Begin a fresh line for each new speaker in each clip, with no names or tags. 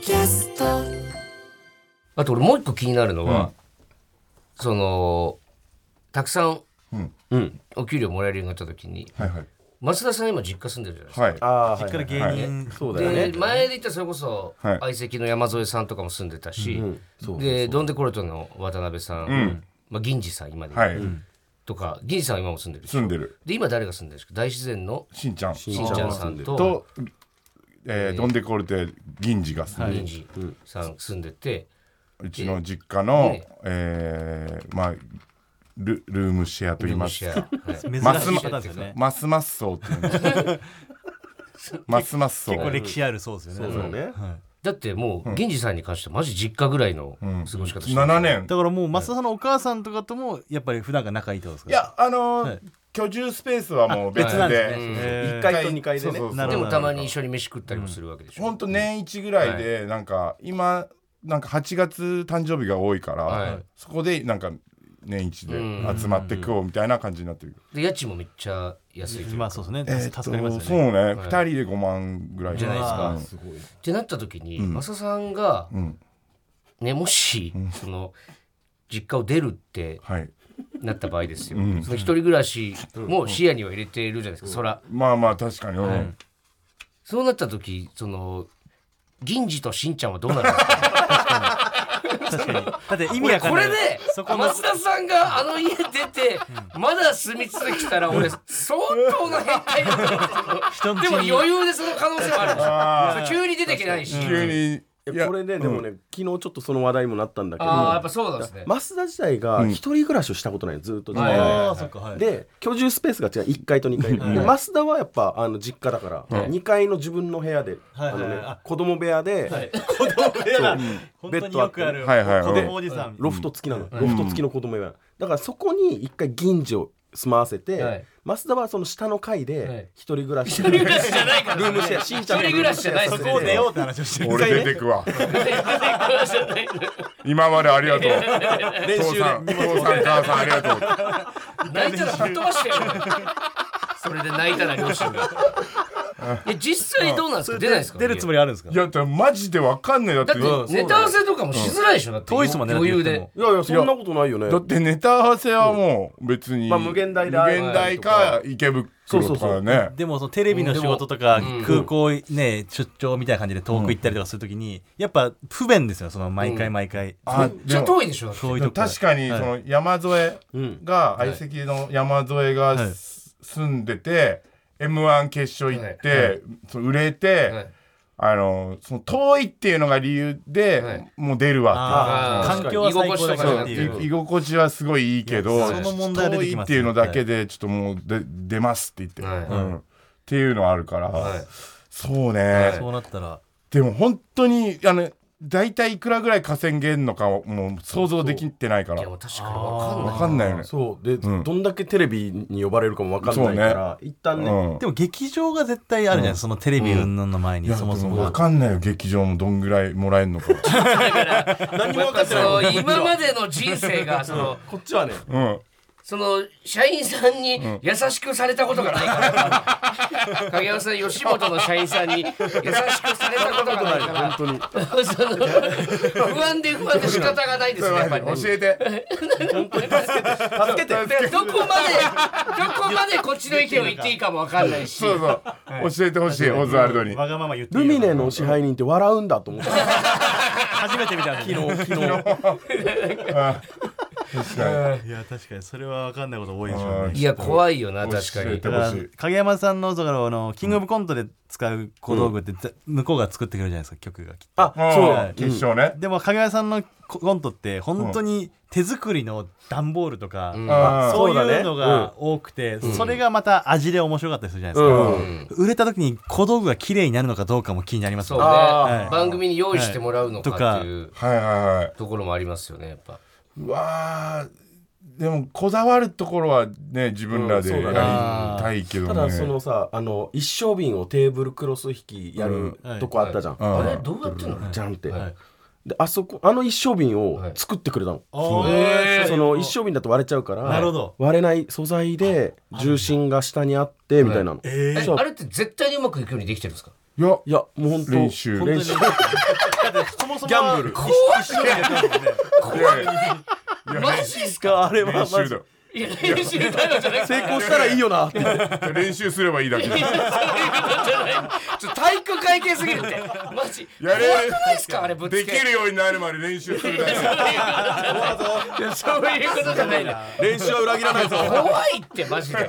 キャスト
あと俺もう一個気になるのは、そのたくさん
うん
お給料もらえるようになった時に
はいはい
増田さん今実家住んでるじゃないですか。
はい
あー
実家で
はい
芸人
そうだよ
で
ね
前で言ったらそれこそ
はい
相席の山添さんとかも住んでたし、
そう
でドンデコルトの渡辺さん、
ん
まあ、銀次さん今で、
はい、
とか銀次さんは今も住んでるでしょ
住んでる
で今誰が住んでるんですか大自然の
しんちゃん
しんちゃんさんと
と、えー、どんでこれて銀次が住んでる
銀次さん住んでて、
うちの実家の
え、
えーまあルルームシェアと言
ルー
いま
ム
す
シェアはい
マ
珍
ス
しい
マ
パターンですよね
ますますそうって言うんですよますますそう
結構歴史あるそうですよ
そう
ね
だね
だってもう銀次さんに関してはマジ実家ぐらいの過ごし方してる
7年
だからもう増田さんのお母さんとかともやっぱり普段が仲いいってことですか
いやあのー
はい
居住スペースはもう別
別なん
で
ですね
うん一
へー
一階と二階でね
そうそうそう
なる
で
ほど
もたまに一緒に飯食ったりもするわけでしょ、
ほんと年一ぐらいでなんか今なんか8月誕生日が多いから、
はい
そこでなんか年一で集まって食おうみたいな感じになってる、
で家賃もめっちゃ安いというか
まあそうですね、
えーっと
助かります
そう
よね
ね、2人で5万ぐらい
じゃないですか
うん
すごい
ってなった時に、増田さんが、
ん
ね、もし、その実家を出るって
はい
なった場合ですよ、その一人暮らしも視野には入れているじゃないですか、そら
まあまあ確かに、うん
そうなった時その銀次としんちゃんはどうなるん ですか
確かにだって意味
俺
わかん
こ
ない
れで
そこの
増田さんがあの家出てまだ住み続けたら俺相当な変態だと思
人
う
の
でも
家
余
に
裕でその可能性もあるでしょ急に出てけないし、
急に、
い
い
や
や
これねでもね昨日ちょっとその話題にもなったんだけど
ああやっぱそうなんですね
増田自体が一人暮らしをしたことないのずっと自分で
ああそっかはい
で居住スペースが違う1階と2階でで増田はやっぱあの実家だから2階の自分の部屋で
は
あ
いはい
のね
あ
子供部屋で
子供部屋だ本当によくあ
ベッ
る
ドあってはいはい
子供おじさん
ロフト付きなのロフト付きの子供部屋だからそこに1回銀次を住まわせ
はい
て増田はその下の階
はい
で一人暮らし
一人暮らしじゃないから
ルームシェアしんちゃんの
一人暮らしじゃない
そ
ルームシェア
こを出ようって話をしてる
俺出てくわ今までありがとう父さん父さん母さんありがと う
泣いたら吹っ飛ばしてよそれで泣いたら両親がえ実際どうなんですか出ないですか
出るつもりあるんですか
いやだマジでわかんないだって
だってネタ合わせとかもしづらいでしょだって
遠いっすもんね
余裕
だっ
で
て
いやいやそんなことないよね
だってネタ合わせはもう別に、
まあ無限大で
無限大
は
か池袋とかだね
でもそのテレビの仕事とか空港ね出張みたいな感じで遠く行ったりとかするときにやっぱ不便ですよその毎回毎回
あ
めっちゃ遠いでしょだって
遠い
でも
とこ
確かにその山添が相席の山添が
はい
す住んでて m 1決勝行ってその売れ
はい
てあのその遠いっていうのが理由
は
で
い
もう出るわってい
あ
う
ー
環境は最高だからって
居心地とかじゃ
い
なく
う
て
居心地はすごいいいけど
その問題は出
遠
てき
い
ま
っ
す
て
ね
いうのだけでちょっともうで出ますって言って
はい
うんっていうのはあるから
はい
そう
い
ね
そうなったら
でも本当にあの大体いくらぐらい稼げんのかをもう想像できてないか
い
ら
やもう確かにわかん
わ
ない
かんないよね
そうで、
うん
どんだけテレビに呼ばれるかもわかんないから、一旦ね、
うん
でも劇場が絶対あるじゃないそのテレビ云々の前
い
に
や
そもそ
で
も
分かんないよ劇場もどんぐらいもらえるのか
何も分かってないも
そ
ん
う今までの人生がその
こっちはね
うん
その社員さんに優しくされたことがないから影山さん吉本の社員さんに優しくされたことがないから
本当 に
その不安で不安で仕方がないですねやっぱりね
教えて
助
だ
けて
からどこまでどこまでこっちの意見を言っていいかもわかんないし
そうそう教えてほしいオズワルドに
わがまま言ってい
ル
いよ
ミネの支配人って笑うんだと思って
初めて見たんで昨日昨日
確か
いや確かにそれは分かんないこと多いでしょう
う
ね
ん
いや怖いよな確か
教え
に
て
だ
ほ
か
し
ら
い
影山さんのだからあのキングオブコントで使う小道具ってぜ向こうが作ってくれるじゃないですか曲がきっと
あ
うん
そう、
はい
決勝ね
でも影山さんのココントって本当に手作りの段ボールとか、
ん
あー
そうい
そうだね
うのが多くてそ,、れがまた味で面白かったりするじゃないですか、売れた時に小道具が綺麗になるのかどうかも気になります
そう
よ
ね、
ね
あ
ー
番組に用意してもらうのかっていう
はいはいはい
ところもありますよねやっぱ
うわーでもこだわるところはね自分らで
うん
やり
そうだね
たいけど
た
ね
だそのさあの一升瓶をテーブルクロス引きやる
うん
とこあったじゃん、
うん
あれどうやってんの
じゃんって、
はい
であそこあの一升瓶を作ってくれたの、
あー
へー
その一升瓶だと割れちゃうから
なるほど
割れない素材で重心が下にあってみたいなの、
えあれって絶対にうまくいくようにできてるんですか
いや
いやもう本当
練習
練習
そもそも
ギャンブ ル
一一緒にやったんで
マジっすか
あれは
練
ま
習だ
ず
よ
いや練習だよじゃなくて
成功したらいいよなって
練習すればいいだけ
いやそういうことじゃないちょっと体育会系すぎるってマジ
やれやれ
怖くないっすかあれぶっ
で
つけ
きるようになるまで練習するだけ
いやそういうことじゃないな
練習は裏切らないぞ
怖いってマジで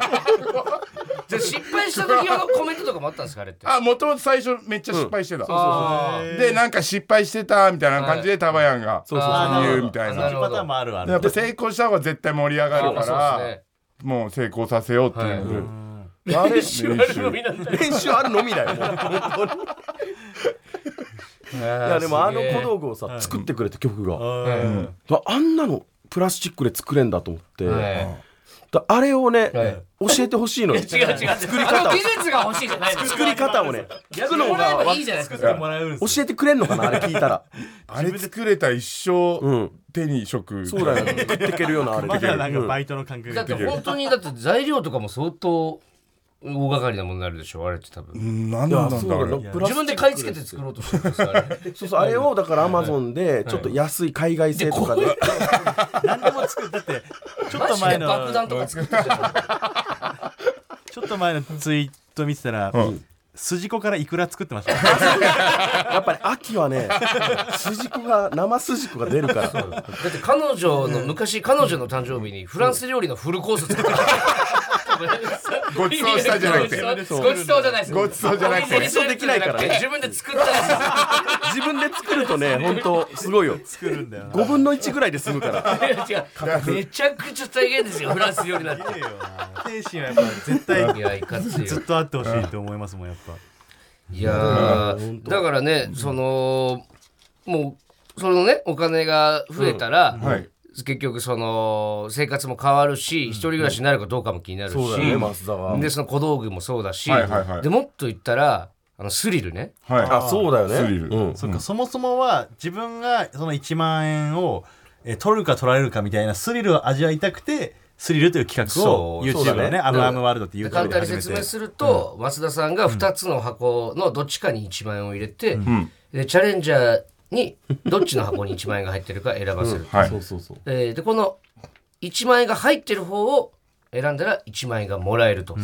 じゃあ失敗した時のコメントとかもあったんですかあれって
あもともと最初めっちゃ失敗してた、
あー
でなんか失敗してたみたいな感じでタバヤンが
そうそう
あーなるほど
言うみたい
あ
な
そういうパターンもあるある
やっぱ成功した方が絶対盛り上がる
ま
か
あそうです
ら
ね
もう成功させようっていう、あれ練習
あれもみんな
練習あるのみだよもういやでもあの小道具をさ作ってくれて曲が、
うん
あんなのプラスチックで作れんだと思って、
はい
だあれをね、
え
教えてほしいのよ
違う違う
作り方
あ
を
の技術が欲しいじゃないの
作り方をね
やってもらえばいいじゃないですか
作ってもらえるんですよ
教えてくれんのかなあれ聞いたら
あれ作れた一
う
生
ん
手に職
そうだよ食ってけるようなあれ
まだなんか
うん
バイトの感覚
だ
が
って本当にだって材料とかも相当大掛かりなものになるでしょあれって多分
何
い
な
や
んだ
そう
ろ
だ
う
よ
ね
プラス
自分で買い付けて作ろうとしてるんですよあ れ
そうそうあれをだからアマゾンでちょっと安い海外製とかで
何でも作るだってちょっ
マ
と
ジで
前
爆
の
弾とか 作ってる
ちょっと前のツイート見てたら、
うん
筋子からいくら作ってましたね
やっぱり秋はね筋子が生筋子が出るから
だって彼女の昔彼女の誕生日にフランス料理のフルコース作ってた
ごちそうしたじゃなくて
ごちそうじゃないです
ごちそうじゃなくて
ごちそうできないからね自分で作ったんですよ
自分で作るとね本当すごいよ
作るんだよな
5分の1ぐらいで済むから
いや違うめちゃくちゃ大変ですよフランス料理なんて
いいよな精神はやっぱ絶対
いやいかついよ
ずっとあってほしいと思いますもんやっぱ
いやーだからねそのもうそのねお金が増えたら、
はい
結局その生活も変わるし、一人暮らしになるかどうかも気になるし、
そうだよね増田は
でその小道具もそうだし、
はいはいはい
でもっと言ったらあのスリルね
はい
あそうだよね
スリル
うん
そっか、そもそもは自分がその1万円をえー取るか取られるかみたいなスリルを味わいたくてスリルという企画
そ
を
う
YouTube の
そうだね
ね「アムアムワールド」ってい
で
う YouTube
簡
で
単に
始め
説
て
明すると、増田さんが2つの箱のどっちかに1万円を入れて、でチャレンジャーにどっちの箱に1万円が入ってるか選ばせる、
はい
そうそうそう
えーでこの1万円が入ってる方を選んだら1万円がもらえると、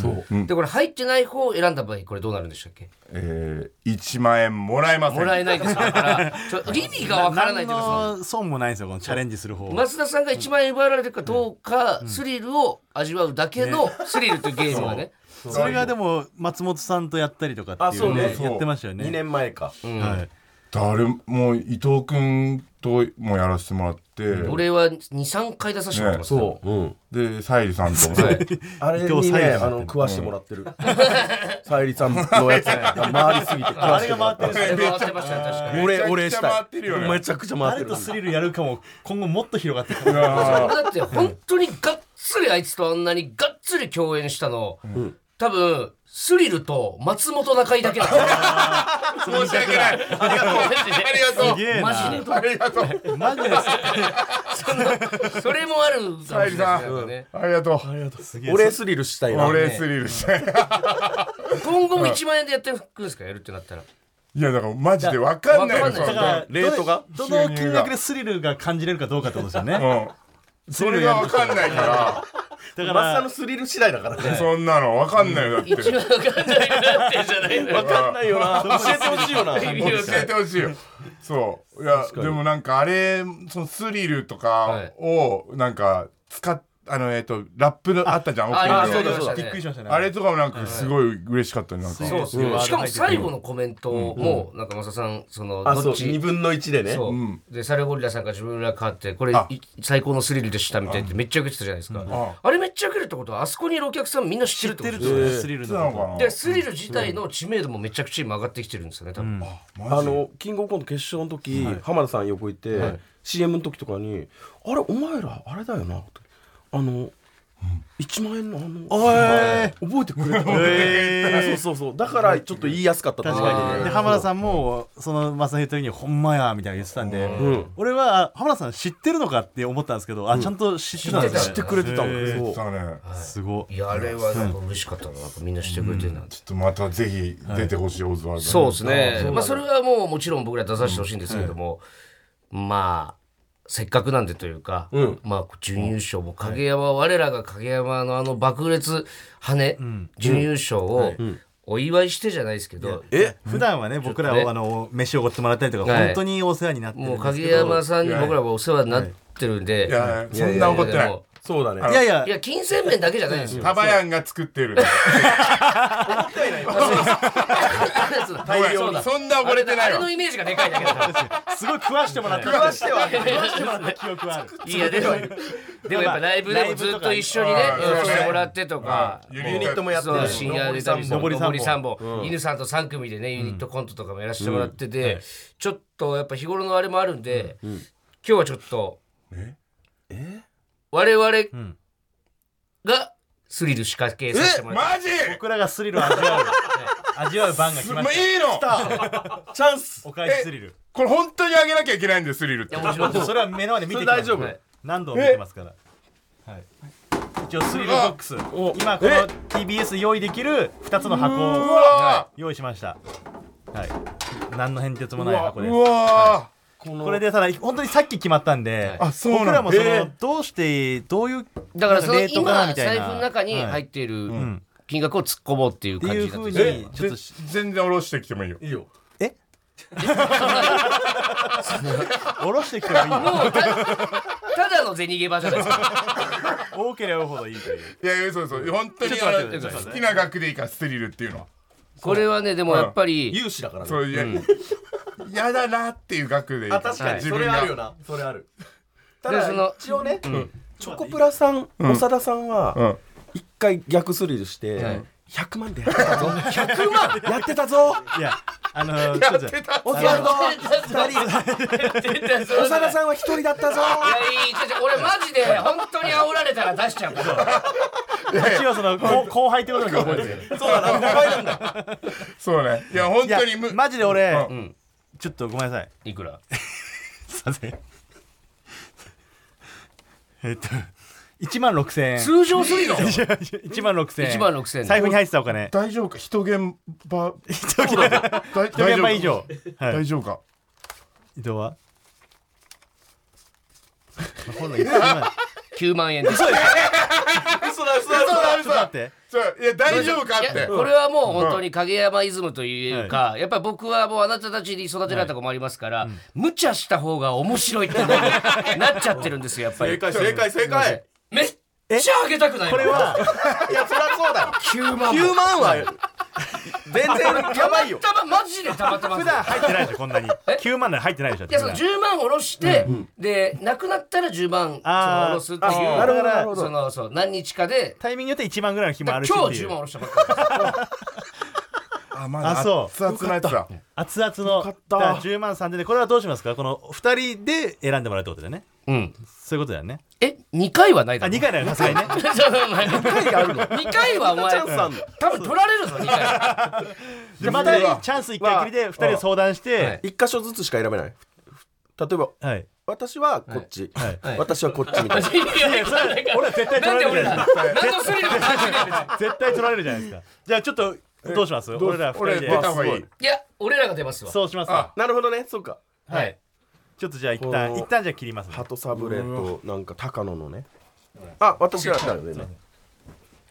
でこれ入ってない方を選んだ場合これどうなるんでしたっけ
えー、1万円もらえません
もらえないですだからちょ意味がわからないというかその
何の損もないんですよこのチャレンジする方
増田さんが1万円奪われるかどうか、スリルを味わうだけのスリルというゲームがね
それがでも松本さんとやったりとかってい
あそうう
ね
ね
やってましたよね
2年前か
はい
誰も伊藤君ともやらせてもらって、
俺は23回出させてもらってます、
そううん
で沙莉さんとも、
はい
あれ
伊藤
に
沙莉
ね、
さん
あの、食わしてもらって る。さゆりさんのやつが回りすぎて食わ
あれ
して
が
もら
回っ
っ
ててる。
る
回ってましたね確かに
めちゃく
俺、
ちゃ
俺したい。
回ってるよね
めちゃくちゃ回って
誰
る
と。スリルやるかも今後もっと広がってくる
あ
だって本当にがっつりあいつとあんなにがっつり共演したの、多分スリルと松本中居だけなんですよ
ー申し訳 ないありがとうあ
す
り
げえ
マジで
な
がとうありがと う
マジです
そのそれもあるかもしれないですね
沙莉さん
やっぱね
ありがとう
すげえ
俺スリルしたいな。
俺スリルしたい
今後も1万円でやってくんですかやるってなったら
いやだからマジでわかんない
わかんない
だから
レートが
どのどの金額でスリルが感じれるかどうかってことですよ ねだ
うん、それがわかんないか
か
マッサ
ら
のスリル次第だからね。
らそんなのわかんないよだって
1万円かんないなってんじゃないのよ
わかんないよな。教えてほしい よな。
意味
教
わかんない
えてほしいよそういやでもなんかあれそのスリルとかをなんか使っあのえっ、とラップのあったじゃん
あ
オー
あ
プニング
そうだ
で
そうだ
びっくりしましたね
あれとかもなんかすごい嬉しかったねなんか、
そうそうしかも最後のコメントも、なんかマサさんその
あ、
ど
そ
っ
う、
ち
2分の1でね。
そう、でサルゴリラさんが自分ら買ってこれ
あ
い最高のスリルでしたみたいなってめっちゃ受けてたじゃないですか、
あ
あれめっちゃ受けるってことはあそこにいるお客さんみんな知
知っ
って
て
る
る
っ
ってて
こ
こと
で
とですすスリル
そうな
のこと
の
でスリル自体の知名度もめちゃくちゃ今上がってきてるんですよね多分、
かな
あ
マジで
の、キングオブコント決勝の時、浜田さん横いて、CM の時とかに、あれ、お前ら、あれだよな。あの、 1万円のあの
おー
覚えてくれた、そうそうそうだからちょっと言いやすかった
確
に
かにで浜田さんもその正弘に「ほんまや」みたいな言ってたんで、俺は浜田さん知ってるのかって思ったんですけど、あちゃんと知ってたんですね
知って
くれてたもん
へー
そう
そうね
すごい
いやあれはなんか嬉しかったなやっぱみんなしてくれてるな
ちょっとまたぜひ出てほしいオズワルドに
そうですねまあそれはもうもちろん僕ら出させてほしいんですけども、まあせっかくなんでというか、まあ準優勝も影山、我らが影山のあの爆裂羽根、準優勝をお祝いしてじゃないですけど、
え 普段はね僕ら
ね
はあの飯をおごってもらったりとか
はい
本当にお世話になってるん
もう
ですけ
影
ど、
山さんに僕らもお世話になってるんで、
いやそんな怒ってない
そうだね
いやいや
いや金銭面だけじゃないですよ。
タバヤンが作ってる
大量
そんな溺れてない
あれ
わ
のイメージがでかいだけだから。
すごい食わしてもらって食わしては食わしてもらった記憶はある
いやでもでもやっぱライブでもずっと一緒にね
ライブとか
やらせてもらってとか
うんユニットも
やってる
そう
し
深夜で旅
上り三本
上り三本犬さんと3組でねユニットコントとかもやらせてもらっててちょっとやっぱ日頃のあれもあるんで今日はちょっと
え
我々
ん
がスリル仕掛けさせてもらって
マジ
僕らがスリルを味わう味わう番が来ま
まあ
し
いいの
たチャンスお返しスリル
これ本当にあげなきゃいけないんでスリルって
いやもちろん
それは目の前で見てき
それ
ま
大
す
丈夫
はい何度も見てますからはい一応スリルボックス今この TBS 用意できる2つの箱
う
を
わ
用意しましたはい何の変哲も
ー
な
う
い
わ
箱です
うわ
これでただ本当にさっき決まったんで、
あそうなん
僕らもその、
へえ
どうしてどういう
だから
な
そ
ん
の
レートかな
今
みたいな
財布の中に
は
入
い
っ、ている
ん
金額を突っ込もうっていう感じだったんですよ
っていう風
え
にちょっ
ぜ
と
全然下ろしてきてもいいよ
いいよ
え下ろしてきてもいい
もうたただの銭ゲバじゃ ないですか
多ければ多いほどいいという
いやいやそうそう本当に
ちょっと待ってください
好きな額でいいからスリルっていうのは
これはねでもやっぱり、
融資だからね
そういうやだなっていう額でいい
あ確かに
自
そ
分
れ
が
あるよなそれあるた
でその
だ一応ねチョコプラさん長田さん
う
は
ん
一回逆スリルして
はい
100万でやって たぞ100万やってたぞ
いやあのー、
や
ちょ
っ
っと
てた
オズワルド
やってたぞ
2人
絶対そう
長田さんは一人だった
い
ぞ
やいいちょちょ俺マジで本当に煽られたら出しちゃうから
一応その後後輩ってことだけ覚えてる
そうだな名前なんだ
そうねいや本
いや
当にむ
マジで俺、
うん
ちょっとごめんなさい
いくら
すいませんえっと1万6000円
通常すぎの
1万6000円
1万6000円
財布に入ってたお金
大丈夫か人現場
1
大大
現
丈夫
場以上はい
大丈夫か
移動は今今
9万円です
嘘だ嘘だ
そうだ
ちょっと待って
そういや大丈夫かっ
いや
て
これはもう本当に影山イズムというか、やっぱり僕はもうあなたたちに育てられた子もありますから、無茶した方が面白いってななっちゃってるんですよやっぱり
解正解正解
めっちゃあげたくない
これは
はいやそりゃそうだよ
9万
9万は全然やばいよ
たまマジでたまたま
普段入ってないでしょこんなに9万で入ってないでしょ
いやその10万下ろして、でなくなったら10万その下ろすっていう
あーなるほどなるほ
そのそう何日かで
タイミングによって1万ぐらいの日もあ
今
る
日
し
10
っていう
万下ろしたばっかりです
あまだ
あそう
熱々なやつだ
熱々のだから10万3000でこれはどうしますかこの2人で選んでもらうってことだよね
うん
そういうことだよね
え二回はない
あ
だろ
2回だよさすがにね
2回あるの2回はお前
チャンスあんの
多分取られるぞ2回
じゃあまたチャンス1回きりで2人で相談し
は
て
い
一箇所ずつしか選べない例えば
はい
私はこっち、
はい
はい
私はこっちみたいな、
俺は絶対
なん
取
で俺
られるじゃ
ら
な
ないんでスリルも感じない
絶対取られるじゃないですかじゃあちょっとどうします
どう
俺ら2人
俺
で
出た方がいい
いや俺らが出ますわ
そうしますか
なるほどねそうか
はい
ちょっとじゃあ一旦
こう
一旦じゃあ切りますね
鳩サブレとなんか高野のねあ私はだよね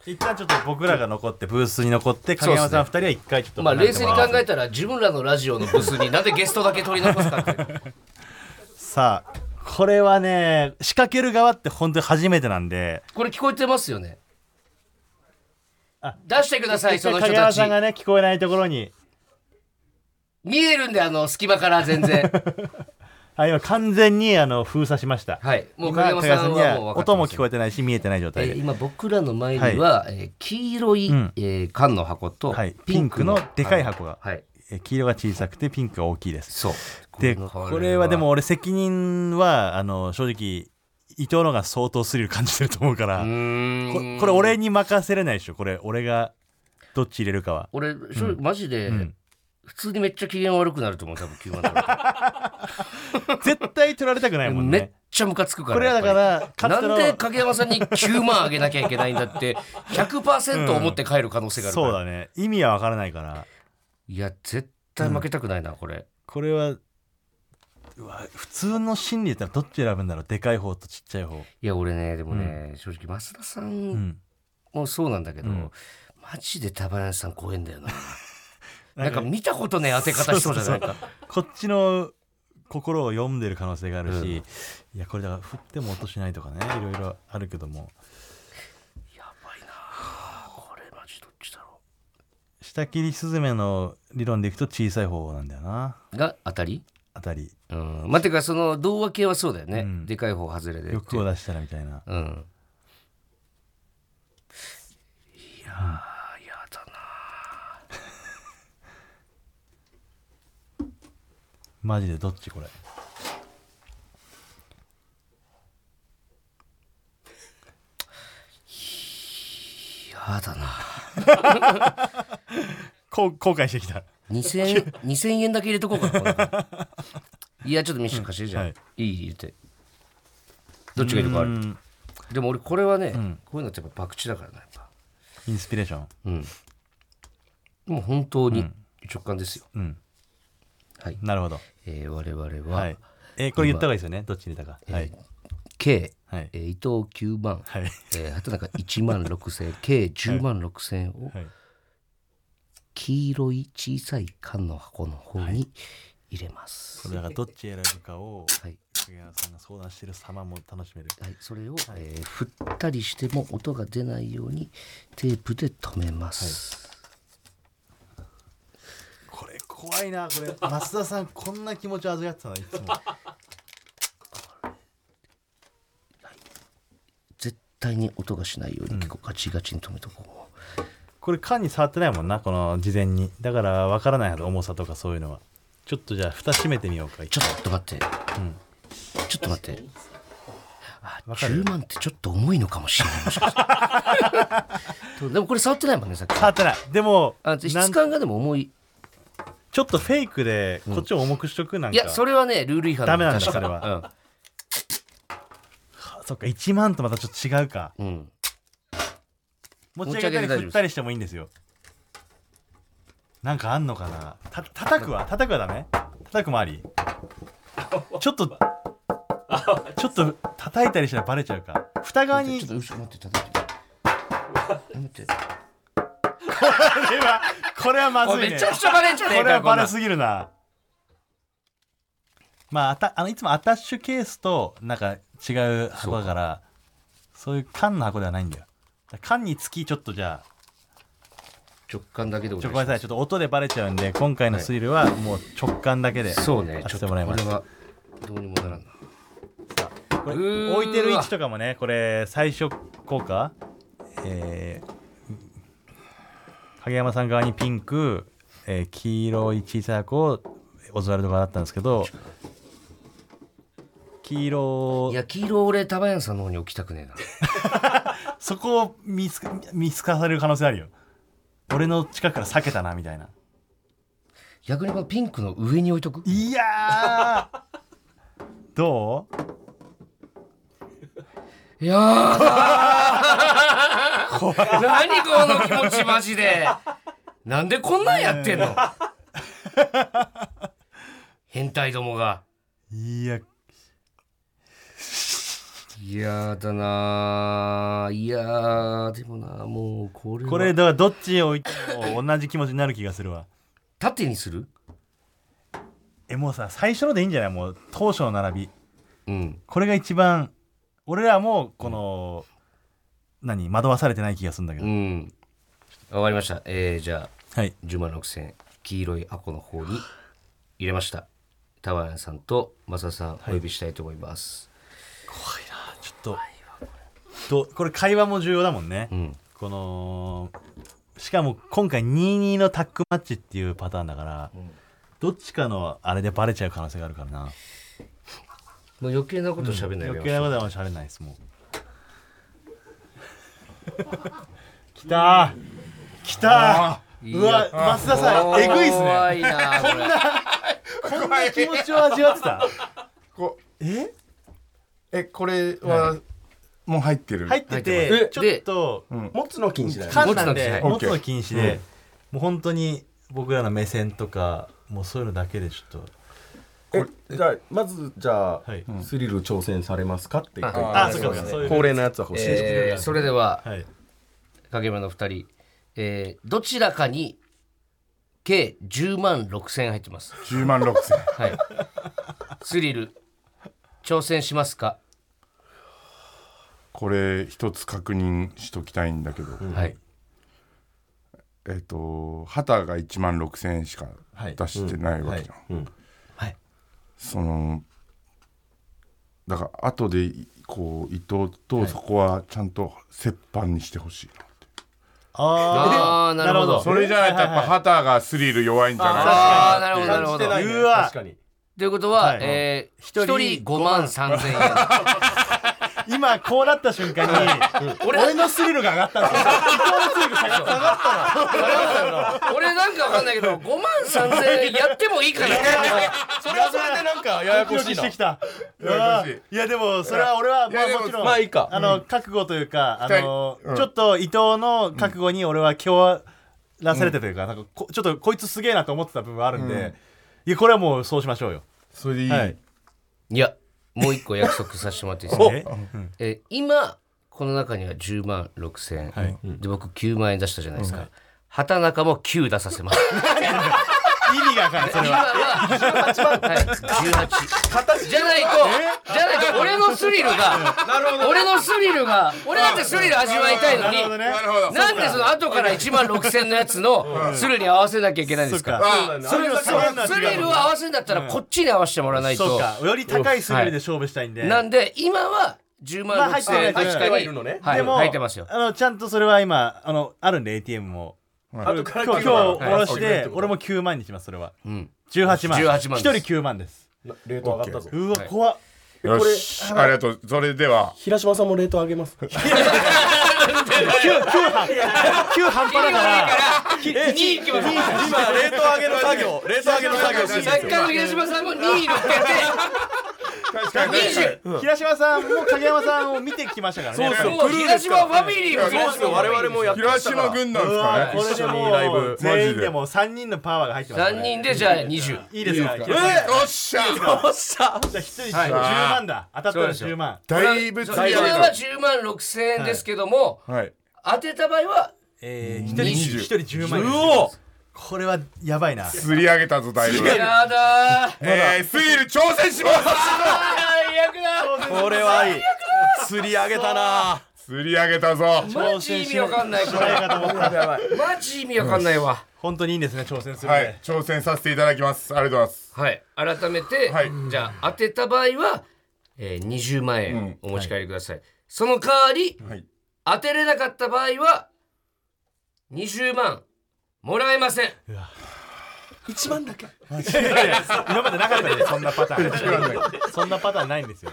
一旦ちょっと僕らが残ってブースに残って影山さん2人は一回ちょっと
まあ冷静に考
え
えたら自分らのラジオのブスになんでゲストだけ取り残すかって
さあこれはね仕掛ける側って本当に初めてなんで
これ聞こえてますよね
あ
出してくださいその人
影
た
山
ち
さんがね聞こえないところに
見えるんであの隙間から全 然
あ今完全にあの封鎖しました
はいもう
今
影山さんはもう
影山さ
分かってます
音も聞こえてないし見えてない状態
えー
で
今僕らの前には、えー黄色い、
うん
えー缶の箱と、
はいピンクのでかい箱が
はい
え黄色が小さくてピンクが大きいです
そう
でこれはでも俺責任はあの正直伊藤のが相当スリル感じてると思うから
うーん
ここれ俺に任せれないでしょこれ俺がどっち入れるかは
俺正直マジで、
ん
普通にめっちゃ機嫌悪くなると思う多分9万だ
絶対取られたくない
ろう
もん
めっ
ね
ちゃムカつくから
これはだか
やっぱり
ら勝
なんで
っ
影山さんに9万あげなきゃいけないんだ って100%思って帰る可能性
た
が
ら
あるから、
そうだね意味は分からないから
いや絶対負けたくないな、これ
これはうわ普通の心理だったらどっち選ぶんだろうでかい方とちっちゃい方
いや俺ねでもね、正直増田さ
うんん
もそうなんだけど、
うん
マジで田林さん怖えんだよ なな
な
んん
か
か見たことねえ当て方しそうじゃないか
こっちの心を読んでる可能性があるし、いやこれだから振っても落としないとかねいろいろあるけども
やばいなこれマジどっちだろ
下切りスズメの理論でいくと小さい方なんだよな
うが当たり
あたり
うんまあてかその童話系はそうだよね、
うん
でかい方外れで
欲を出したらみたいな
うんいやーやだな
マジでどっちこれ
やだな
こう後悔してきた
2000 2000円だけ入れとこうかなこの中にいやちょっとミッション貸してじゃん、
はい
い、い入れてどっちがいるかある
うん
でも俺これはね、
ん
こういうのってやっぱ博打だからなやっぱ
インスピレーション
うんもう本当に直感ですよ、
うん
はい、
なるほど
えー我々は、
はいえーこれ言った方がいいですよねどっちに入れたかはい
計、
はい
えー伊藤9万、
はい
えー畑中1万6000円計10万6000円を
はい
黄色い小さい缶の箱の方に入れます。
これだからどっち選ぶかを
はい
影山さんが相談してる様も楽しめる
はい、それを、えー振ったりしても音が出ないようにテープで止めます。
これ怖いなこ れ増田さんこんな気持ち味わってたのいつも
絶対に音がしないように結構ガチガチに止めとこう。
これ缶に触ってないもんなこの事前にだから分からないはず重さとかそういうのはちょっとじゃあ蓋閉めてみようか
ちょっと待って、ちょっと待って。あ
かる
10万ってちょっと重いのかもしれないもしかして でもこれ触ってないもんねさっき
触ってないでも
あ
な
質
ん
感がでも重い
ちょっとフェイクでこっちを重くしとくなん
い
か、
やそれはねルール違反
ダメなんだ
確か
それはそっか1万とまたちょっと違うか
うん、うん
持
ち
ち
上
上
げ
げ
て
た
大丈夫です
り振ったりしてもいいんですよなんかあんのかなた叩くは叩くはダメ叩くもありちょっとちょっと叩いたりしたらバレちゃうか蓋側に
ちょっと後ろ待って叩いてやめて
これは これはまずいね
めちゃくちゃバレんじゃね
こ
えか
れは
よこ
バ
んな
レ
ん
すぎるなまああたあのいつもアタッシュケースとなんか違う箱だからそういう缶の箱ではないんだよだから缶につきちょっとじゃあ
直感だけでお
ちょ
願いし
ごめん
ま
なさいちょっと音でバレちゃうんで今回のスリルはもう直感だけで、
すそうね
当
ちょ
て
ってとこ
もら
れ
います
はどうにもならんな
これ
うーわ
置いてる位置とかもねこれ最初こうかえー影山さん側にピンク、えー黄色い小さい箱オズワルド側だったんですけど黄色
いや黄色俺タバヤンさんの方に置きたくねえな
そこを見つか見透かされる可能性あるよ俺の近くから避けたなみたいな
逆にこのピンクの上に置いとく
いやー どう
いやー何この気持ちマジでなんでこんなんやってんの変態どもが
いや
いやだなーいやーでもなもうこれは
これだからどっちを置いても同じ気持ちになる気がするわ
縦にする
えもうさ最初のでいいんじゃないもう当初の並び
うん
これが一番俺らもこの、何惑わされてない気がするんだけど、
うんわかりましたえー、じゃあ
はい
10万6000円黄色いアコの方に入れましたタワヤンさんとマサさんお呼びしたいと思います、
ちょっとどこれ会話も重要だもんね、
うん
このしかも今回2-2のタッグマッチっていうパターンだから、どっちかのあれでバレちゃう可能性があるからな
もう余計なこと喋んない
余計なことはしゃれないですもうきたーきたーうわ増田さんえぐいっす
怖
ね
いなこれ
こんな気持ちを味わってた
こ
え
えこれは、もう入ってる
入って
入
て
って
ち
ま
ょ
す
っと
持つの禁止だよね
噛んだんで
持
持
つ
つ
の
の禁止でもう本当に僕らの目線とかもうそういうのだけでちょっと
えじゃあまずじゃあ、
はい
スリル挑戦されますかって一回
あ
あそうかそうかそういう
恒例のやつは欲しい、
えーそれでは
はい
影山の二人、えーどちらかに計10万6千入ってます
10万6千
はいスリル挑戦しますか、
これ一つ確認しときたいんだけど、
はい
えっ、と旗が1万6千円しか出してないわけじゃん、
はい
そのだから後でこう伊藤とそこはちゃんと折半にしてほしいなって、
あ
あー
ー
なるほど
それじゃないとやっぱ旗がスリル弱いんじゃない
ああなるほどなるほど
いねうわ
確かに
ということは、
はい
えー、
人
1人5万3千円
今こうなった瞬間に俺俺のスリルが上がったんですよ
俺なんかわかんないけど5万3千円やってもいいかな
それはそれでなんかやや
ドキ
こ
ド
し
キ
い
し
な
てきたう
やや
わ
こしい
いやでもそれは俺はまあ
いやでも
もちろん
まあいいか
あの覚悟というかあ
人
の
うん
ちょっと伊藤の覚悟に俺は今日らされてというかなんかこちょっとこいつすげえなと思ってた部分はあるんでいやこれはもうそうしましょうよ
それでいい、
はい
いやもう一個約束させてもらっていいですか
え
えー今この中には10万6千円、
い
で僕9万円出したじゃないですか、畑中も9出させます
意味がわかんないそれ
今
は
は18じゃないとじゃないと俺のスリルが俺のスリルが俺だってスリル味わいたいの
なるほど
に
ね
なるほど
なんでその後から1万6000のやつのスリルに合わせなきゃいけないんですか
あ
それは
そのスリルを合わせるんだったらこっちに合わせてもらわない
そう
と
かより高いスリルで勝負したいんで
なんで今は10
ま
万
あ入って
6000
な
円
い入
確
って
か
はい
に
いるのね
はい
でも
入ってますよ
あのちゃんとそれは今あのあるんで ATM も
は
今日
ら
今日
9万
下ろし
はい
て俺も9万にしますそれは
ん
18万
18万です
1人9万です
なレート上がったぞ
うわ怖っ
よしありがとうそれでは
平島さんもレート上げます
9半端だから
2位いきます
今冷凍揚げの作業冷凍揚げの作業してるんです
作
よ
家の東島さんも2位乗っ
確か
けて20
平島さんも影山さんを見てきましたからね
そうっすよ
やっぱり
もう東島ファミリーも
そうですよ我々もやってま
広
したか
島
ら
軍団で
う
す
わ
か
こ
ね
れで
一緒
も
にライブ
う全員でもう3人のパワーが入ってます
3人でじゃあ20
いいですか平島さん
よっしゃ
よっしゃ
じゃあ1人10万だ当たったら10万
だいぶ
そ
強
れ
い
今は10万6千円ですけども、
はい
当てた場合は
えー
20
1人一人10万
う
です
お
これはやばいな
釣り上げたぞだいぶ
や だー
えー、スイル挑戦します
最悪だ
これはいい釣り上げたな
釣り上げたぞ
マジ意味わかんないこ
ないか
れ
と思った
マジ意味わかんないわ
本当にいいんですね挑戦する
はい
ね
挑戦させていただきますありがとうございます
はい改めて、
はい
じゃあ当てた場合は、えー、20万円お持ち帰りください、その代わり
はい
当てれなかった場合は20万もらえません
一番だけ
今までなかったですそんなパ ターンそんなパターンないんですよ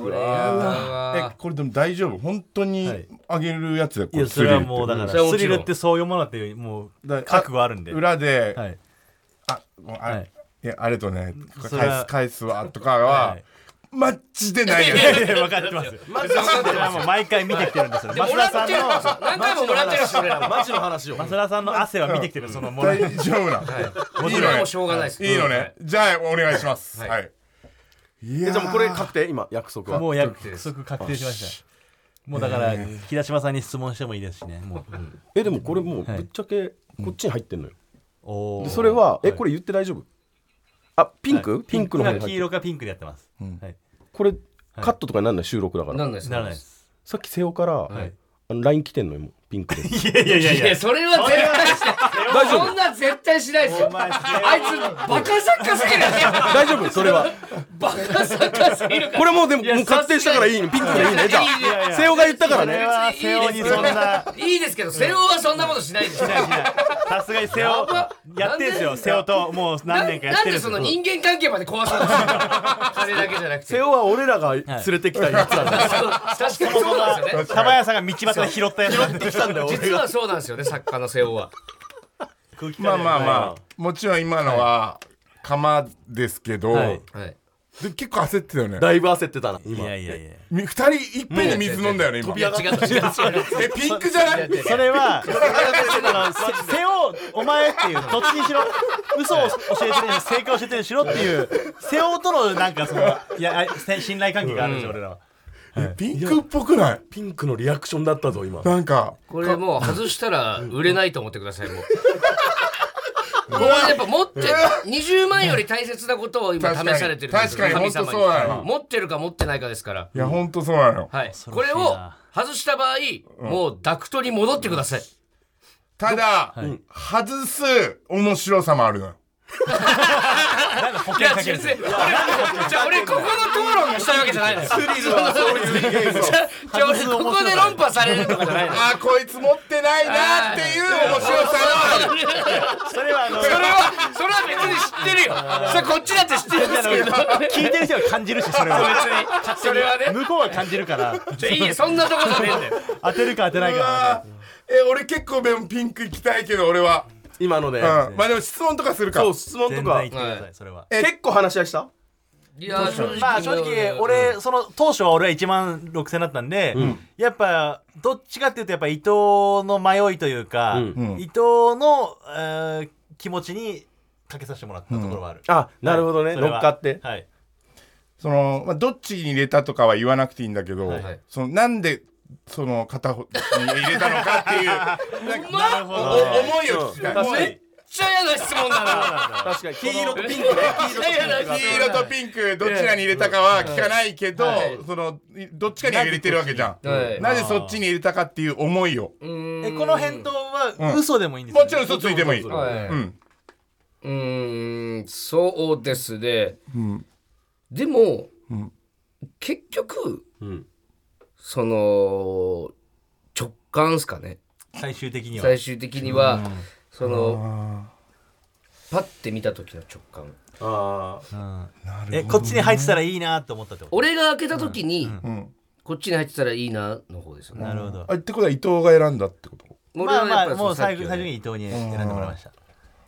これやだわ
えこれでも大丈夫本当にあげるやつだよこ
いやそれはもうだから
それはも
ス
ち
リ
ろん
ルってそういうものだっても
だ
う覚悟あるんで
裏で、
はい
あもうあ、
はい
いやありがとうね
それ
返
は
す返すわとかは、
はい
マッチでないよ
い
ね
やいや分かってますよ
マジ
それはもう毎回見てきてるんですよ
でも
増
ら
田
ってる
さん
んですよ
の
何回ももらってるんですよ俺らも
マジの話を
増田さんの汗は見てきてるそのもの
大丈夫な、い、い
僕
の
ら
ね
もしょうがないです
いいのね、じゃあお願いしますは、
はいい
いや
え
ー
じゃあもうこれ確定今約束は
もう約束確定しましたもうだから平島さんに質問してもいいですしねもううん
えでもこれもうぶ
はい
っちゃけこっちに入ってんのよ
おー
でそれはえこれ言って大丈夫あピンクピンクの方
黄
に入ってる
色かピンクでやってますはい
これカットとかになんない収録だか
なんな
ら
いです
ならないです
さっき瀬尾から
い
あの LINE 来てんのよもうピンク です。
いやいやいやい
いや、それは絶対しない。そんな絶対しないですよ。あいつ、バカ作家すぎる。
大丈夫それは。
バカ作家すぎるから。
これもうでも、もう確定したからいいの。ピンクでいいね。じゃ
いやいやい
あ、瀬尾が言ったから
それ
ね。
はセオにそんな。
いいですけど、セオはそんなことしないですよ。
さすがにセオやってんすよセオともう何年かや
な
っ
ん
てる
で
んす
そ
よ
の人間関係まで壊そうとするの金だけじゃなくて。
瀬尾は俺らが連れてきたやつなんだ。
そう確かにそうなんですよね。
玉屋さんが道端で拾ったやつなんで
実はそうなんですよね、作家のセオは。
まあまあまあもちろん今のは釜ですけど、
はい
はい。
で結構焦ってたよね
だいぶ焦ってたな、
い
今。
やいやいや
み二人いっぺんに水飲んだよね今
いや、違う違う違う。
えピンクじゃない
それはせせをお前っていうどっちにしろ嘘を教えてるにしろ正解を教えてるにしろっていうセオとのなんかそのいやあせ信頼関係があるんですよ俺らは
えピンクっぽくない
ピンクのリアクションだったぞ、今。
なんか
これもう外したら売れないと思ってください もう。これやっぱ持って20万より大切なことを今試されてるんですよ
確かに
神様
確かに本当そうなの
持ってるか持ってないかですから
いやほんとそうなの
はい
恐
こ
ろしい
れ
な
を外した場合もうダクトに戻ってください
ただ、外す面白さもあるのよ
保
い
険
や
かけ
先
る
生俺じゃあ俺ここの討論をしたいわけじゃないのよじゃあじゃあ俺ここで論破されるとかじゃないの
あーこいつ持ってないなっていう面白さがある
それはあの
それはそれは別に知ってるよそれこっちだって知ってるんですけど
聞いてる人が感じるしそれは
別にそれはね
向こうは感じるから
いいよそんなとこじゃねえんだよ
当てるか当てないうかなん
わ
で
ーえ俺結構でもピンク行きたいけど俺は、
今ので。
うん、まあでも質問とかするか
そう、質問と
全然
か
言って。くださいそれは
結構話し合いした
いやー正直
まあ正直俺その当初は俺は1万6000だったんで、やっぱどっちかっていうとやっぱ伊藤の迷いというか、
うん
うん
伊藤の、えー気持ちにかけさせてもらったところはある、
あ、なるほどね。
それは
乗っかって。
はい
その、まあ、どっちに入れたとかは言わなくていいんだけど、
はい
はい
そのなんでその片方に入れたのかって いうなんか
ま
なるほ
お
ど
お思いを聞きたい
確か
めっ
に。
ちゃ嫌な質問だな
確かに。黄色とピンクね。
黄
黄色とピンクどっちらに入れたかは聞かないけど、そのいどっちかに入れてるわけじゃん、
はい
なぜそっちに入れたかっていう思いを
えこの返答は
うん
嘘でもいいんですよ
もちろん嘘ついてもいい、
は
う
い
ん、
うーんそうですね
ん
でも
ん
結局
ん
その直感ですかね
最終的には
最終的にはそのパッて見た時の直感
ああ。
えこっちに入ってたらいいなと思ったってこと
俺が開けた時に
ん
こっちに入ってたらいいなの方ですよね
なるほど
あってことは伊藤が選んだってこと
俺
まあ
はや
ま
っぱ
あ
りそ
も
の
う
さっ
最
き
後
の
最終的に伊藤に選んでもらいました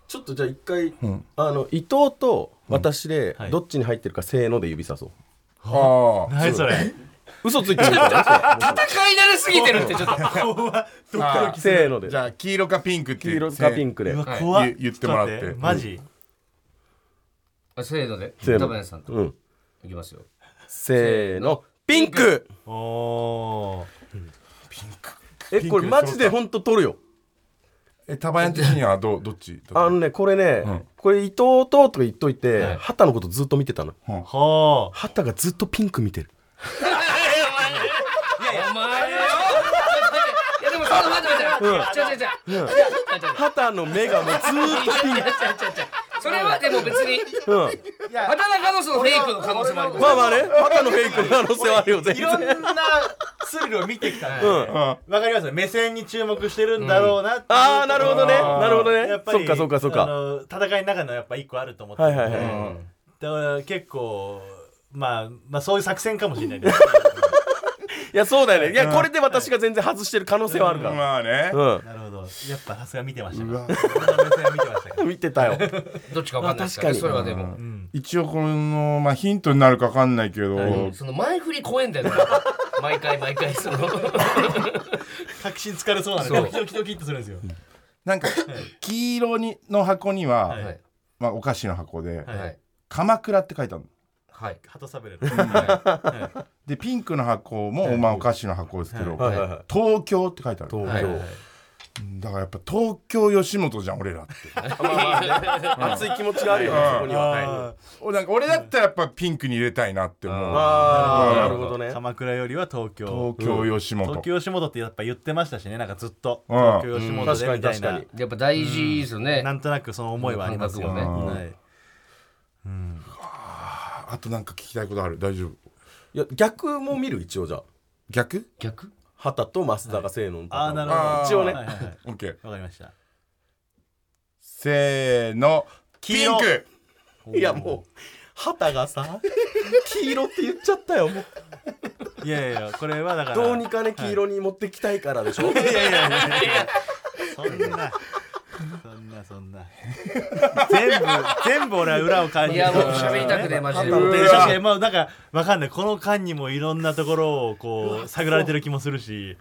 ちょっとじゃあ一回
ん、
あの、伊藤と私で
は、い
どっちに入ってるか、せーので指さそう。
ああ
何それ
嘘ついてるからね
戦い慣れすぎてるってちょっと
あ
それせーので
じゃあ黄色かピンクって
黄色かピンクで
うわ
はい
怖っ
言言ってもらって
ちょとマジ
あせーので
せーの
田辺さんと
うん
いきますよ
せーのピンク
おお
えこれマジで本当取るよ
えタバヤン的にはどうどっち
あのねこれね、
ん
これ伊藤ととか言っといて、
はい
畑のことずっと見てたの
ーほう
畑がずっとピンク見てる
お前よいやでもその待って待って待って違う違う違う違う違う違う違う
畑の目がもうずっとピン
それはでも別に
ク、 うん、
畑中のそのフェイクの可能性もある
まあまあね畑のフェイクの可能性はあるよ全
いろ
然
んなスリルを見てきたんで、
う
わ
ん
あ
かりますよ目線に注目してるんだろうなっていう
ああなるほどねなるほどね
やっぱり
そっかそっかそっ
あ
か
の戦いの中のやっぱ一個あると思って
は
る
い
ん
はい
で
はい、
だから結構まあまあそういう作戦かもしれない です
いやそうだよねいやこれで私が全然外してる可能性はあるから
まあね、
うん、
なるほどやっぱさすが見てましたね
うわ
いろんな目線は見てましたから
見てたよ
どっちかわかんないですからねそれ
ま
は
あ
でも
一応この、まあ、ヒントになるかわかんないけど、
その前振り怖えんだよな毎回毎回その
確信疲れそうなんでドキドキドキってするんですよ
なんか黄色にの箱には、
は
はい
まあ、お菓子の箱で、
はい
鎌倉って書いてあるの
はい
鳩サベレ
でピンクの箱も、まあ、お菓子の箱ですけど、
はいはいはい
東京って書いてある
東京、
はいはい
だからやっぱ東京吉本じゃん俺らって
熱い気持ちがあるよねそこにはは
あ
おなんか俺だったらやっぱピンクに入れたいなって思う
ああなるほど
ー
ね
鎌倉よりは東京
東京吉本、
東京吉本ってやっぱ言ってましたしねなんかずっと
うん
東京吉本
確
で
か
み
に
たい
確か
な
に
やっぱ大事ですよね。
なんとなくその思いはありますよね
感
はい
ああとなんか聞きたいことある大丈夫
いや逆も見る一応じゃあ
逆
逆
畑と増田がせーののパターン
ああなる
あー
ほど
一応ね
はいはいはい
OK
わかりました
せーの
黄
ピン
色
ク
いやもう旗がさ 黄色って言っちゃったよもう
いやいやいやこれはだから
どうにかね黄色に持ってきたいからでしょ
そんなそんなそんな全部全部俺は裏を感じ
い
て
やもう喋りたくねえマジで。
確
うわ
かにまあなんかわかんないこの間にもいろんなところをこう探られてる気もするし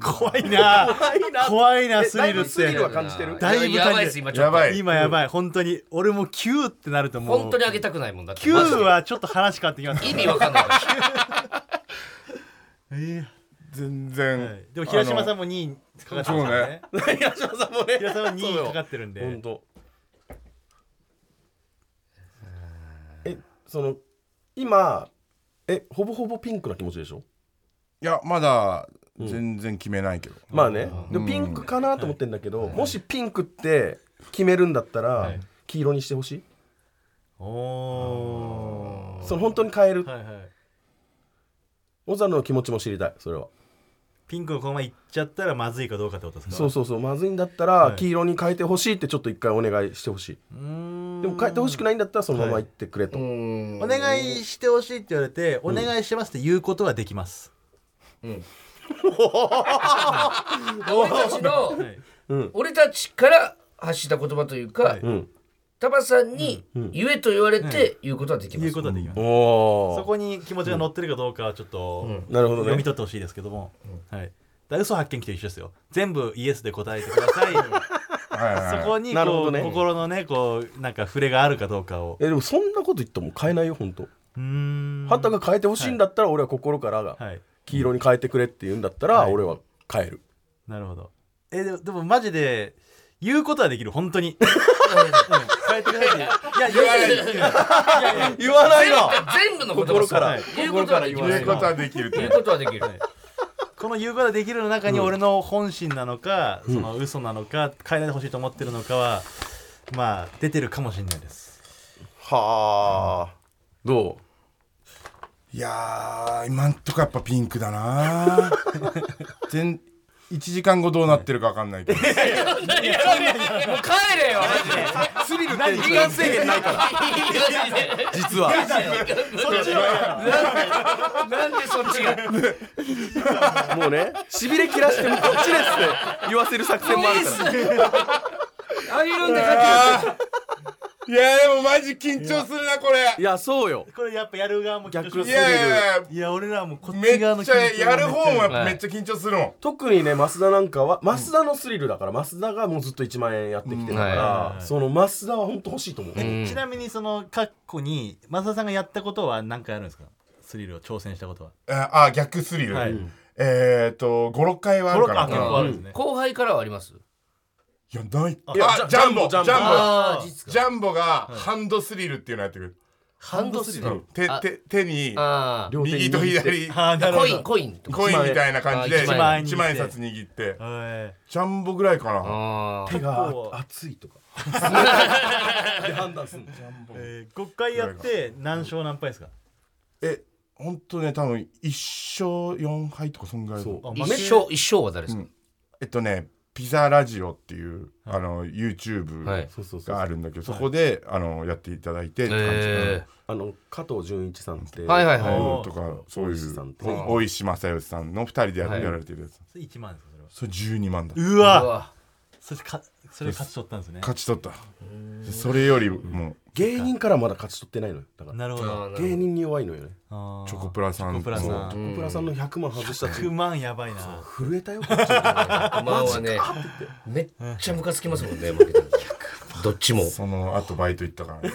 怖いな怖いな怖いなスリルっ
スリ
て
ルは感じてる
だいぶ感じる
やばいです今ちょ
や
っと
ば。い
今やばい本当に俺も9ってなるともう
本当にあげたくないもんだって。マジ
9
で
はちょっと話変わってきます
意味わかんないから。
え
全
え
然、
はいでも平島さ
ん
んも2位かかってますからね
東さんもね
平島さんも2位かかってるんで
本当えその今えほぼほぼピンクな気持ちでしょ
いやまだ全然決めないけど、
まあねでもピンクかなと思ってんだけどもしピンクって決めるんだったら黄色にしてほしい
お
その本当に変える
ーはいはい
小沢の気持ちも知りたいそれは
ピンクのこのまま行っちゃったらまずいかどうかってことですか
そうそうそうまずいんだったら黄色に変えてほしいってちょっと一回お願いしてほしいでも変えてほしくないんだったらそのまま行ってくれと、
お願いしてほしいって言われて、お願いしますって言うことはできます。
俺たちの
い、
俺たちから発した言葉というか、
ん
タバさんに言えと言われて言うことはできま
言う
す。
ことはできます。
お
そこに気持ちが乗ってるかどうかはちょっと、
なるほど
読み
ね
取ってほしいですけども、はい。だ嘘発見器と一緒ですよ。全部イエスで答えてくだ さい。
はいはいはい
そこに
なるほ
こ
ど
う、
ね
心のね、こうなんか触れがあるかどうかを。
えでもそんなこと言っても変えないよ本当
うーん。
ハタが変えてほしいんだったら俺は心からが
はい。
黄色に変えてくれって言うんだったら俺は変える、
なるほど。えでもでもマジで言うことはできる本当 に。変えてくださいね。いや言わないです。
言わないの
全部の言葉
心から
言うことはできま
言
す
うことはできると
言うことはできる。
この言うことができるの中に俺の本心なのか、その嘘なのか変えないでほしいと思ってるのかはまあ出てるかもしれないです
はあど
いやー今んとこやっぱピンクだな全1時間後どうなってるか分かんないけど
もう帰れよ
うスリルって時間制限ないから実は
なんでそっちが
もうねしびれ切らしてもこっちですって言わせる作戦もあるから
アイロンで書
いやーでもマジ緊張するなこれ
いやそうよ
これやっぱやる側も緊張し
逆
ます
ス
い
リル
やいやい
いや俺らもこっち
や
側
め
の
っちゃやる方もやっ
っ
ぱめっちゃ緊張するもん
特にね増田なんかは増田のスリルだから増田がもうずっと1万円やってきてるか
は
らその増田は本当欲しいと思う
ちなみにその括弧に増田さんがやったことは何回あるんですかスリルを挑戦したことは
ああ逆スリル、
はい
えっ、ー、と56回はあるか
あ
な
結構あるんですね
く後輩からはあります
いやない
いや
あジャンボジ
ジ
ャン
ャンボ
ボ
ジャンボ
ああ実
ジャンボがハンドスリルっていうのやってくる、
ハンドスリル
手
あ
手手に
あ
両手に
右と左
あーな
あコ
るほ
イン
ど
コインとか
コインみたいな感じで
一
1
万
万
円
円
一
一
万
万円
円札
札握って
はい
ジャンボぐらいかな
あ
手が
構
熱いとか で判断すんの
えー5回やって何勝何敗ですか
え本当ね多分1勝4敗とかそんぐらい
そう
あ一生一生は誰ですか
えっとねピザラジオっていう、あの YouTube
はい
そうそうそう
があるんだけど、そこで、あのやっていただいてって感じ、
え
あの加藤純一さんって
はいはい
あ
は
のとかそうい
大石さん
う
と
お大石正義さんの2人でや,、
はい
やられてるやつ
それ1万ですかそれは
それ12万だ
う
い
わ
うわ
それかそれ勝ち取ったんですね
勝ち取ったそれよりも
芸人からまだ勝ち取ってないのよだか
なるほど
ら芸人に弱いのよね
あー
チョコプラさん
チョコプラさん
小倉さんの100万外したって
100万やばいな
震えたよこっ ちも
まあはねめっちゃムカつきますもんね負けたらどっちも
その後バイト行ったから、ね、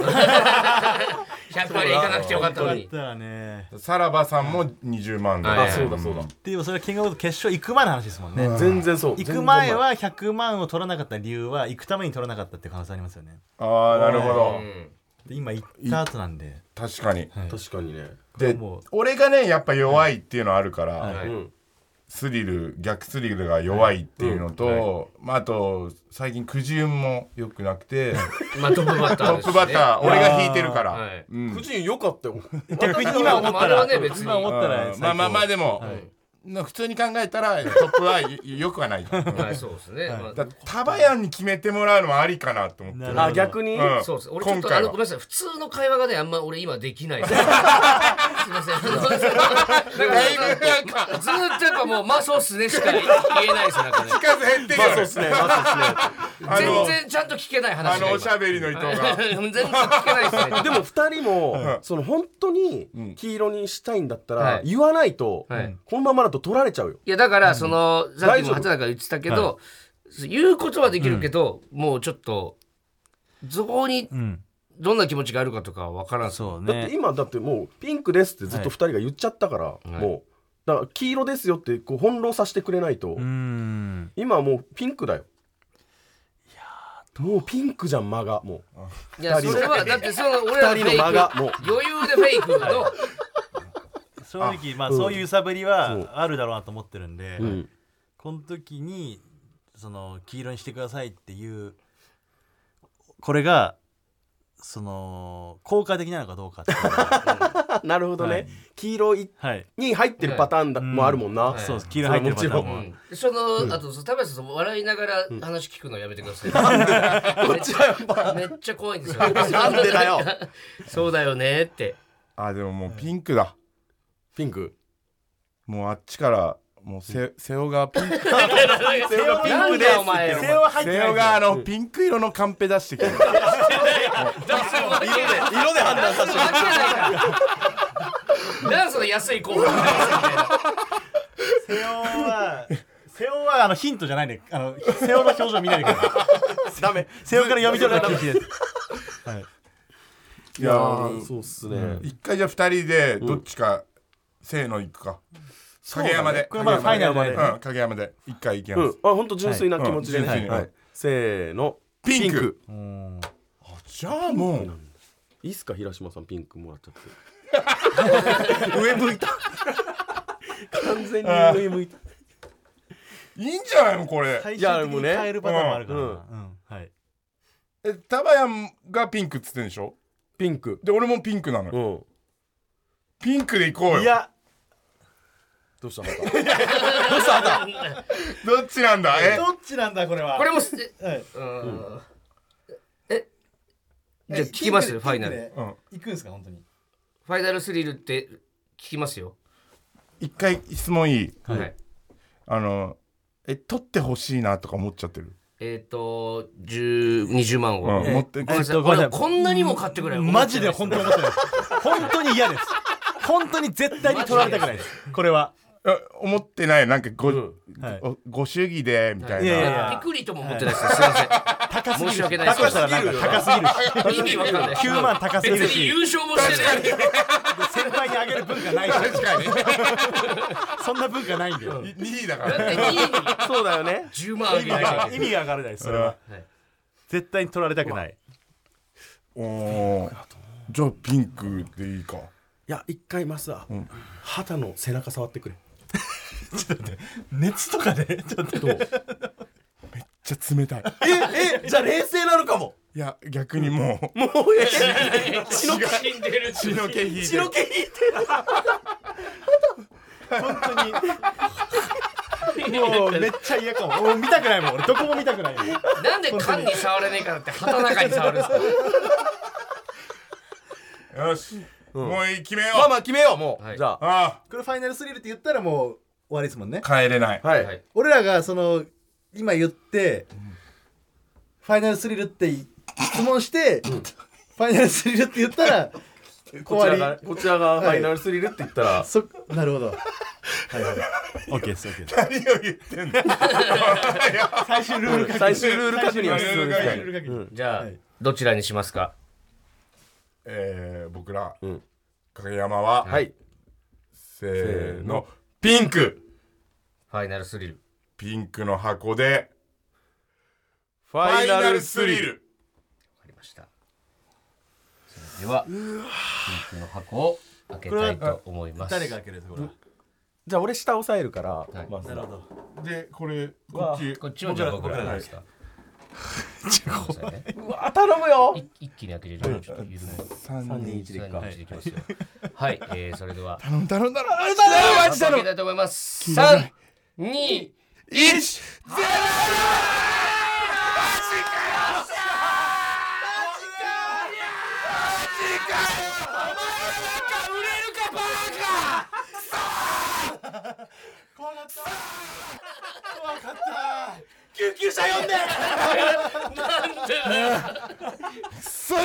100まで行かなくてよかったの
だっ
に。
たらね
さらばさんも20万で、
はいはい
あそうだそうだ、
でもそれはキングオブコント決勝行く前の話ですもんね、
全然そう
行
全
く
然
前は100万を取らなかった理由は行くために取らなかったっていう可能性ありますよね
ああなるほど、
うん
で今行った後なんで
確かに
確かにね
れ
で
はもう
俺がねやっぱ弱いっていうのはあるから、
はい
はい
うん
スリル逆スリルが弱いっていうのと、まあ、あと最近くじ運も良くなくて
まあトップバッタ
ト
ー
ッ
ですし
プ
ね
バッター俺が引いてるから、
はい
うん
夫人よかったよ
逆に今思ったら、
あれはね別に
今思ったら
うんまあまあまあでも、の普通に考えたらトップはよよくはない
はいそうですね。まあ
だタバヤンに決めてもらうのはありかなと思って
なるほど
あ逆に、
うん
そうです。俺ちょっ
今
とあ
回
のごめん
は
なさい普通の会話がねあんま俺今できないです。すいません。あのなんか
だいぶなんか
ずーっとやっぱもうまあそうっすねしか言えないですなんかね。
近づ減ってる
まあ
よ
そう
ね
っすねまあ
あ
全
の
然ちゃんと聞けない
あ
話が
の
今。
おしゃべりの糸 が
全然聞けないですね。
そうっすねでも二人もその本当に
ん
黄色にしたいんだったら、
はい
言わないと、
はい
このままだと取られちゃうよ
いやだからその、さっき
大丈
も
夫
畑中が言ってたけど、言うことはできるけど、もうちょっとそこに
うん
どんな気持ちがあるかとかわからんう
そう
だって
ね
今だってもうピンクですってずっと2人が言っちゃったから、もうだから黄色ですよってこう翻弄させてくれないと、
うん
今はもうピンクだよもうピンクじゃん間がもう
いやそれはだってその俺らのフェ
二人の間がも
イク余裕でフェイクの
正直まあそういう揺さぶり
そう
はあるだろうなと思ってるんで、
うん
この時にその黄色にしてくださいっていうこれがその効果的なのかどうかっていうのが
あなるほどね、
はい
黄色い
はい
に入ってるパターンだ、
はい
もあるもんな、
はい
そうです黄色入ってるパターンも
うんでその、あとその田辺さんその笑いながら話聞くのやめてください、
こっちはやっぱ
めっちゃ怖いんですよ
なんでだよ
そうだよねって
あでももうピンクだ
ピンク
もうあっちからもうせ背負がピンク
セオピンクですお前
背は入って
背
ない
負があのピンク色のカンペ出してきてる
色で色で判断させてなんその安い後輩
背負は背負はあのヒントじゃないねあの背負の表情見ないでくださ いダメ背負から読み取るのは禁止です、はい、
いや
あそうっすね、
一回じゃあ二人でどっちか、せーの行くか影山で
これまあファイナル
影山
で、
でうん影山で一回行き
う
ま
ん
す、
あ本当純粋な気持ちで、
はいうん純粋に
はいせーの
ピンク
うん
じゃあもう
いいっすか平島さんピンクもらっちゃって
上向いた
完全に上向いた
いいんじゃないのこれ、
最
いや
終的
も
に
うね
変えるパターンもあるからな、
うん
うんはい、
えタバヤンがピンクっつってんでしょ
ピンク
で俺もピンクなのよ、
うんど
ピンクで行こうよ
いや
うしたまた
どっちなんだえ
どっちなんだこれ は
これも
はい
うんえじゃあ聞きますよファイナル
ル行くんですか本当に
ファイナルスリルって聞きますよ
一回質問いい
はい
あのえ取ってほしいなとか思っちゃってる、
えっと10 20万
うん
を
持って
ごめんなさい俺こんなにも買ってくれよ
マジで本当に思ってないです本当に嫌です本当に絶対に取られたくないですこれは
あ思ってないなんかご、
はい
おご祝儀でみたいな、
いやいや
ピクリとも思ってないですすいません
高すぎる
申し訳ないで
だ
す
としたらなんか高すぎる
意味わかんない
し9万高すぎ
別
る
に
し
優勝もしてない
先輩にあげる文化ないし
確かに
そんな文化ないんだよ
2位だか
だ
ら
って2位に
そうだよね
10万あ
意味
げない
が意味が上がらないですそれは
はい
絶対に取られたくない
おおじゃあピンクでいいか
いや一回マスター、肌の背中触ってくれ
熱とか でちょっと
じゃあ冷たい
ええじゃあ冷静なのかも
いや逆にもう
もうえ
死んでる
血の気引い
血
て
の
る
気引いて
本当に もうめっちゃ嫌かももう見たくないもん俺どこも見たくないもん
なんで缶に触れねえからって畑中に触るんですか
よし、もう決めよう、
まあまあ決めようもう、
はい
じゃあ
あ
これファイナルスリルって言ったらもう終わりですもんね
あ帰れない
はい、
はい
俺らがその今言って、ファイナルスリルって質問して、ファイナルスリルって言ったら
こちら
終
が
わ
こちらが
い
ファイナルスリルって言ったら、
りそなるほどはいはい OK です オッケーです
何を言ってんの
最終ルール確認
最終ルール確認は
最
必要
終ルール確認
ですね
ルール確認
じゃあ
はい
どちらにしますか
えー僕ら、
ん
影山は、
はい
せーのピンク
ファイナルスリル。
ピンクの箱で
フ
ファ
ァ
イ
イ
ナ
ナ
ル
ル
ス
ス
リ
リル
ル
わかりました。それでは、ピンクの箱を開けたいと思います。
誰が開けるところ
じゃあ俺下押さえるから、
はい
まず
なるほど
でこれこっち
こっちもじゃあ僕ら
僕ら
ですか。ちょっと待ってくださいね
うわ頼むよ
い一気に開けてちょっと緩める。
3 2 1でい
3
っか
21でいきますよ。はい、えーそれでは、
頼む頼む頼む
開けたいと思います。3、2、
1
なんだ
それ